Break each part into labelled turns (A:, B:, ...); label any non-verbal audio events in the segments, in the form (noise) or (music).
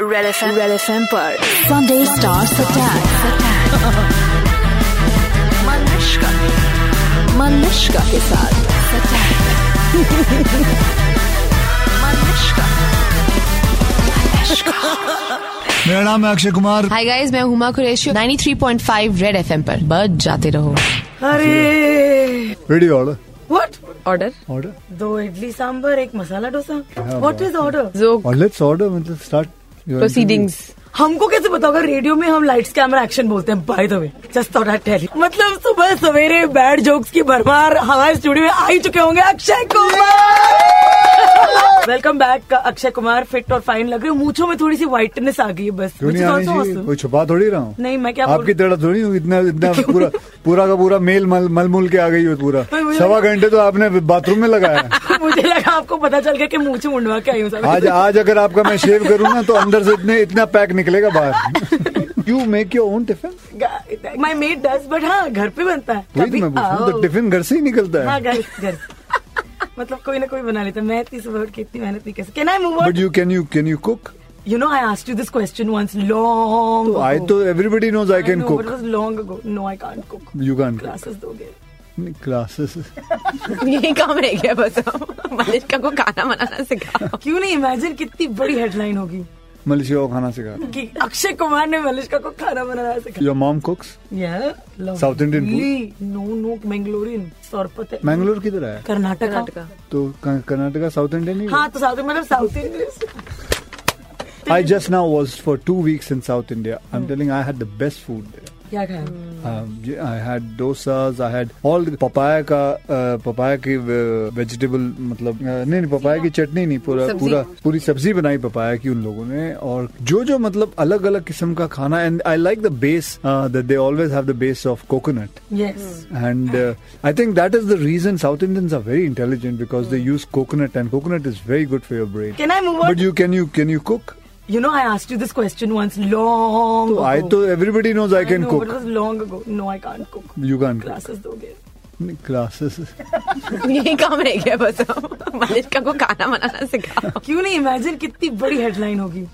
A: Rail F M red F M पर Sunday stars attack मनुष्का मनुष्का के साथ
B: मेरा नाम है अक्षय कुमार
C: हाय गाइस मैं हुमा कुरैशी 93.5 रेड एफएम पर बज जाते रहो
D: अरे
B: radio order
D: what
C: order
B: order
D: दो इडली सांबर एक masala dosa what is order
C: जो
B: और लेट्स ऑर्डर मतलब स्टार्ट
C: प्रोसीडिंग्स
D: हमको कैसे पता होगा रेडियो में हम लाइट्स कैमरा एक्शन बोलते हैं by the way just thought I tell मतलब सुबह सवेरे बैड जोक्स की भरमार हमारे स्टूडियो में आ ही चुके होंगे Akshay Kumar welcome back Akshay Kumar fit और फाइन लग रहे हो मूछों में थोड़ी सी व्हाइटनेस आ गई है बस
B: क्यों
D: which
B: नहीं
D: is
B: आनी
D: also
B: चाहिए
D: awesome.
B: कोई छुपा थोड़ी रहा हूँ
D: नहीं मैं क्या बोल-
B: आपकी तरह थोड़ी हूँ इतना
D: (laughs)
B: इतना पूरा पूरा का पूरा मेल मल मलमूल के आ गई हो पूरा
D: पर मुझे
B: सवा घंटे तो आपने बाथरूम में लगाया है।
D: (laughs) मुझे लगा आपको पता चल गया कि मूछे मुंडवा के आई हूँ सब। (laughs)
B: आज आज अगर आपका मैं शेव करूँ ना तो अंदर से इतने इतना पैक निकलेगा बाहर (laughs) you make your own tiffin
D: my maid does but हाँ घर पे बनता है
B: वही
D: कभी
B: तो मैं पूछ रहा हूँ
D: आओ।
B: तो टिफिन घर से ही निकलता
D: हाँ
B: है
D: घर घर मतलब कोई ना कोई बना लेता है। मैं इतनी सुबह उठ के इतनी मेहनत नहीं कर सकती can I move
B: but you can you can you cook
D: you know I asked you this question once long
B: I तो everybody knows I can
D: it
B: cook
D: was long ago no I can't cook
B: you can
D: classes दोगे
B: (laughs) classes
C: यही काम रह गया बस अब। मलिका को खाना बनाना सिखाओ
D: क्यों नहीं इमेजिन कितनी बड़ी हेडलाइन होगी
B: मलेशिया को खाना सिखा
D: कि अक्षय कुमार ने मलिश्का को खाना बनाना सिखाया
B: योर मॉम कुक्स
D: यार
B: South Indian food?
D: No no Mangalorean सोरपत
B: Mangalore किधर है
D: कर्नाटका
B: तो कर्नाटका साउथ इंडियन ही
D: हाँ तो साउथ मतलब south Indian
B: I just now was for two weeks in South India. I'm telling I had the best food there.
D: क्या खाया
B: Um, yeah, I had dosas. I had all the papaya का uh, papaya की uh, vegetable मतलब uh, नहीं नहीं papaya की चटनी नहीं पूरा
C: सब्जी।
B: पूरा पूरी सब्जी बनाई papaya की उन लोगों ने और जो जो मतलब अलग अलग किस्म का खाना and I like the base uh, that they always have the base of coconut.
D: Yes
B: And uh, I think that is the reason South Indians are very intelligent because they use coconut and coconut is very good for your brain.
D: Can I move
B: But you can you can you cook?
D: You know, I asked you this question once long
B: So
D: ago.
B: तो I to everybody knows I
D: Oh, I
B: can
D: know,
B: cook.
D: But it was long ago. No, I can't cook.
B: You can't cook.
D: Classes doge.
B: (laughs) Classes.
C: यही काम रह गया बस अब। मलिका को खाना बनाना सिखाओ
D: क्यों नहीं इमेजिन कितनी बड़ी हेडलाइन होगी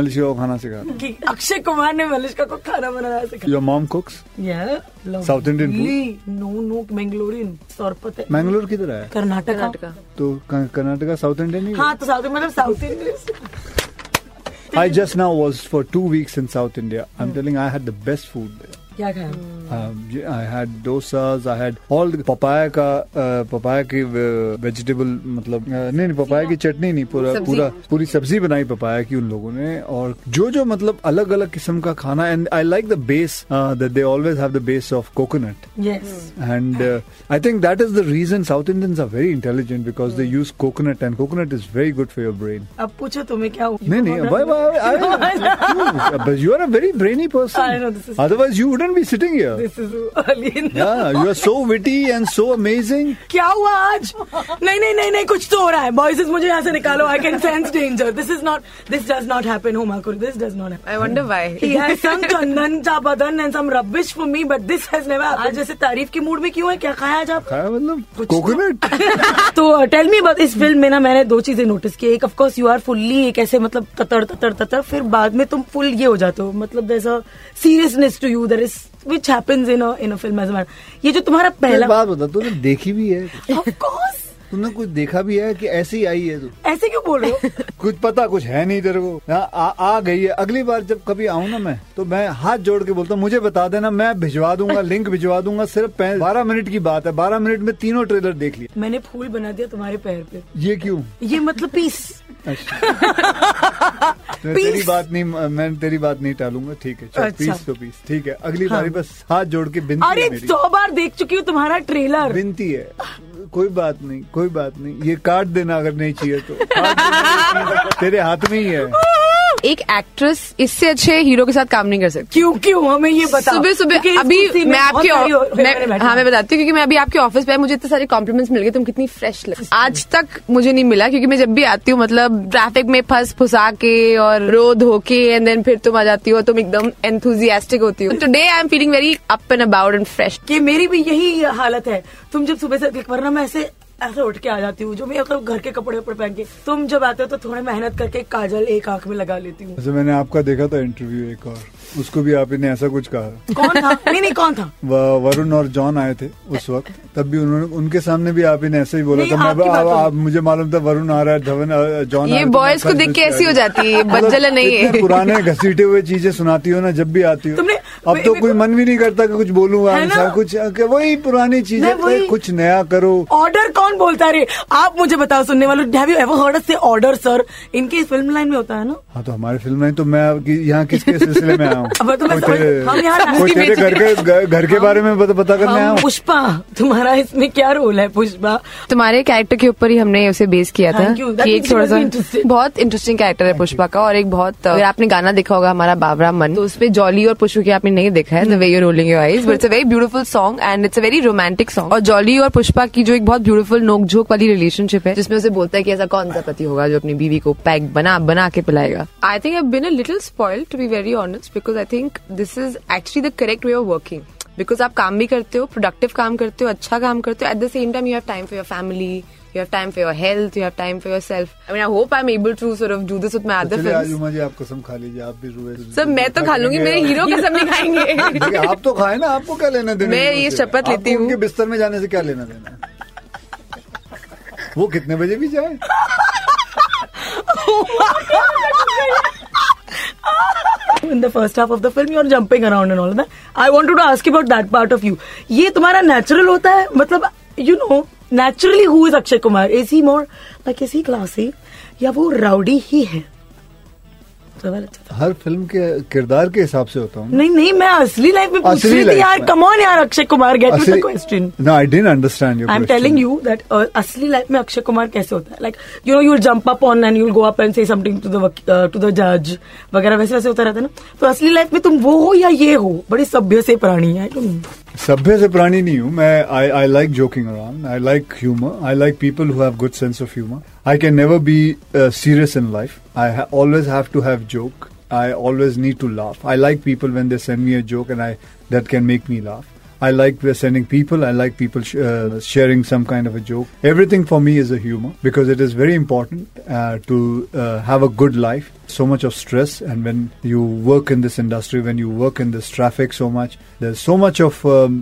B: मलेशिया को खाना सिखा
D: कि अक्षय कुमार ने मलिश्का को खाना बनाना सिखाया
B: your mom cooks
D: yeah,
B: South Indian food?
D: No no Mangalorean सोरपत है
B: मैंगलोर किधर है
D: कर्नाटका
C: कर्नाटका
B: तो क- कर्नाटका साउथ इंडियन ही
D: हाँ तो साउथ मतलब south Indian
B: I just now was for two weeks in south India I
D: Hmm.
B: Am telling I had the best food
D: क्या खाया
B: Hmm. Um, I had dosas I had all papaya का papaya की vegetable मतलब uh, नहीं नहीं papaya की चटनी नहीं पूरा
C: सब्जी।
B: पूरा पूरी सब्जी बनाई पपाया की उन लोगों ने और जो जो मतलब अलग अलग किस्म का खाना and I like the base that they always have the base of coconut
D: yes
B: And uh, I think that is the reason South Indians are very intelligent because they use coconut, and coconut is very good for your brain.
D: अब पूछो तुम्हें क्या हुआ?
B: No, no, why, why,
D: (laughs)
B: I, I- but you are a very brainy person.
D: I know, this is-
B: Otherwise, you wouldn't be sitting here.
D: This is early in the-
B: Yeah, you are so witty and so amazing.
D: क्या हुआ आज नहीं नहीं नहीं नहीं कुछ तो हो रहा है बॉयज मुझे यहाँ से निकालो I can sense danger this is not this does not happen होमा this does not happen
C: I wonder (laughs)
D: He
C: why
D: has some chandan, chapadan and some rubbish for me, but this has never happened. आज जैसे तारीफ के mood में क्यों है क्या खाया
B: (laughs)
D: आज आप
B: खाया मतलब
D: कुछ
B: coconut.
D: तो टेल मी अबाउट इस फिल्म में ना मैंने दो चीजें नोटिस की एक ऑफकोर्स यू आर फुल्ली एक ऐसे मतलब ततर ततर ततर फिर बाद में तुम फुल ये हो जाते हो मतलब there a seriousness to you there is which happens in a in a film as ये जो तुम्हारा
B: एक (laughs)
D: पहला
B: बात बता तूने देखी भी है
D: ऑफकोर्स
B: तुमने कुछ देखा भी है कि ऐसे ही आई है तू
D: ऐसे क्यों बोल रहे
B: (laughs)
D: हो
B: कुछ पता कुछ है नहीं तेरे को यहाँ आ, आ गई है अगली बार जब कभी आऊं ना मैं तो मैं हाथ जोड़ के बोलता हूँ मुझे बता देना मैं भिजवा दूंगा लिंक भिजवा दूंगा सिर्फ बारह मिनट की बात है बारह मिनट में तीनों ट्रेलर देख लिए
D: मैंने फूल बना दिया तुम्हारे पैर पे
B: ये क्यों
D: ये मतलब पीस (laughs)
B: अच्छा मैं तेरी बात नहीं मैं तेरी बात नहीं टालूंगा ठीक है चल
D: अच्छा।
B: पीस तो पीस ठीक है अगली
D: हाँ।
B: बारी बस हाथ जोड़ के बिनती
D: अरे
B: है मेरी
D: सौ बार देख चुकी हूँ तुम्हारा ट्रेलर
B: बिनती है कोई बात नहीं कोई बात नहीं ये काट देना अगर नहीं चाहिए तो काट देना। तो। तेरे हाथ में ही है
C: (laughs) एक एक्ट्रेस इससे अच्छे हीरो के साथ काम नहीं कर सकती
D: क्यों क्यों हमें ये बताओ
C: सुबह
D: क्योंकि
C: सुबह
D: इस
C: अभी
D: कुर्सी में
C: मैं
D: बहुत
C: आपके
D: सारी
C: ऑफ-
D: औरतें
C: मैं-
D: मैंने बैठी
C: हाँ
D: हैं।
C: मैं बताती हूँ क्योंकि मैं अभी आपके ऑफिस पे आई, मुझे इतने सारे कॉम्प्लीमेंट्स मिल गए तुम कितनी फ्रेश लग आज तक मुझे नहीं मिला क्योंकि मैं जब भी आती हूँ मतलब ट्रैफिक में फंस फुसा के और रो धो के एंड देन फिर तुम आ जाती हो तुम एकदम एंथुजियास्टिक होती हो today I am feeling very up and about and fresh
D: कि मेरी भी यही हालत है तुम जब सुबह से क्लिक वरना मैं ऐसे ऐसे उठ के आ जाती हूँ जो मैं मतलब घर के कपड़े ऊपर पहन के तुम जब आते हो तो थोड़ा मेहनत करके काजल एक आंख में लगा
C: (laughs)
D: लेती हूँ
B: जैसे मैंने आपका देखा था इंटरव्यू एक और उसको भी आपने ऐसा कुछ कहा
D: कौन था नहीं नहीं कौन था
B: व- वरुण और जॉन आए थे उस वक्त तब भी उन्होंने उनके सामने भी आप ही ने ऐसे ही बोला
D: नहीं,
B: था
D: आपकी
B: मैं
D: बात तो-
B: आप,
D: हो-
B: आप, मुझे मालूम था वरुण आ रहा है धवन आ- जॉन आ
C: ये
B: रहा है, तो मैं
C: boys को
B: आपका
C: देख के
B: रिश्ता
C: ऐसी हो
B: है।
C: जाती है, ये
B: मतलब (laughs)
C: बदजला नहीं है।
B: इतने पुराने घसीटे हुए चीजें सुनाती हो ना जब भी आती हो
D: तुमने-
B: अब
D: मे-
B: तो
D: मेरे
B: कोई
D: को-
B: मन भी नहीं करता कि कुछ बोलूंगा
D: है ना?
B: ऐसा कुछ कि वही पुरानी चीजें
D: मैं वही-
B: कि कुछ नया करो
D: ऑर्डर कौन बोलता रे आप मुझे बताओ सुनने वालों हैव यू एवर हर्ड से ऑर्डर सर इनके फिल्म लाइन में होता है ना
B: हाँ तो हमारे फिल्म नहीं तो मैं अब कि- यहाँ किसके सिलसिले में आया
C: (laughs)
B: हूँ
D: अब तो मैं
B: कोई तेरे-
D: समझ- हम यहाँ रास्ते
B: कोई
D: में
B: तेरे घर के घर- घर के बारे में पता पता करने आया
D: हम
B: हूँ
D: पुष्पा तुम्हारा इसमें क्या रोल है पुष्पा
C: तुम्हारे कैरेक्टर के ऊपर ही हमने उसे बेस किया था
D: Thank you. That
C: कि एक
D: makes
C: थोड़ा
D: it
C: सा
D: very interesting.
C: बहुत इंटरेस्टिंग कैरेक्टर है पुष्पा का और एक
D: Uh,
C: बहुत अगर आपने गाना देखा होगा हमारा बाबरा मन तो उसपे जॉली और पुष्पा की आपने नहीं देखा है the way you rolling your eyes but it's a very beautiful song and it's a very romantic song और जॉली और पुष्पा की जो एक बहुत ब्यूटीफुल नोकझोंक वाली रिलेशनशिप है जिसमें उसे बोलता है कि ऐसा कौन सा पति होगा जो अपनी बीवी को पैक बना बना के पिलाएगा I think I been a little spoiled to be very honest because I think this is actually the correct way of working because आप काम भी करते हो प्रोडक्टिव काम करते हो अच्छा काम करते हो at the same time you have time for your family you have time for your health you have time for your self I mean I hope I am able to sort of do this with my other
B: तो चलिए आज
C: films
B: Uma ji आप कसम खा लीजिए आप भी रुए
C: सब मैं तो खा लूंगी
B: (laughs)
C: मेरे हीरो के सब नहीं खाएंगे
B: देखिए, आप तो खाए ना आपको क्या लेना देना
C: मैं
B: है
C: ये
B: उनसे?
C: शपथ लेती
B: आपको
C: हूँ।
B: उनके बिस्तर में जाने से क्या लेना देना है? वो कितने बजे भी जाए
D: in the first half of the film you're jumping around and all of that i wanted to ask you about that part of you ये तुम्हारा natural होता है मतलब you know naturally who is Akshay Kumar is he more like is he classy या वो rowdy ही है सवाल अच्छा था।
B: हर फिल्म के किरदार के हिसाब से होता हूँ
D: नहीं नहीं मैं असली लाइफ में पूछ
B: असली
D: रही थी
B: life
D: यार
B: में।
D: कम ऑन यार Akshay Kumar get
C: to
D: with the question
B: no I dent understand your
D: I am telling you that असली लाइफ में अक्षय कुमार कैसे होता है like you know you jump up on and you'll go up and say something to the to the जज वगैरह वैसे वैसे होता रहता है ना तो असली लाइफ में तुम वो हो या ये हो बड़ी सभ्य से प्राणी है I don't know.
B: सभ्य से प्राणी नहीं हूँ मैं I I like joking around I like humour I like people who have good sense of humour I can never be serious in life I always have to have joke I always need to laugh I like people when they send me a joke and I that can make me laugh I like way sending people I like people sharing some kind of a joke everything for me is a humour because it is very important to have a good life so much of stress and when you work in this industry when you work in this traffic so much there's so much of um,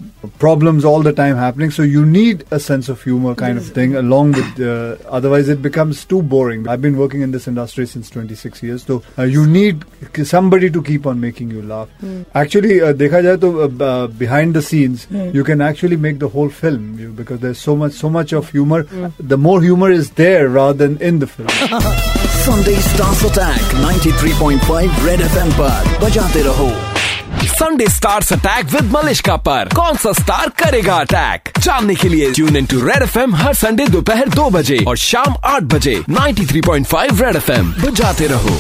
B: problems all the time happening so you need a sense of humor kind of thing along with uh, otherwise it becomes too boring i've been working in this industry since 26 years so uh, you need k- somebody to keep on making you laugh actually uh, dekha jaye to, uh, uh, behind the scenes you can actually make the whole film you, because there's so much so much of humor the more humor is there rather than in the film
E: Sunday Stars Attack 93.5 Red FM पर बजाते रहो
F: Sunday stars attack with Malishka पर कौन सा star करेगा attack जानने के लिए tune in to red F M हर संडे दोपहर दो बजे और शाम आठ बजे 93.5 रेड एफ एम बजाते रहो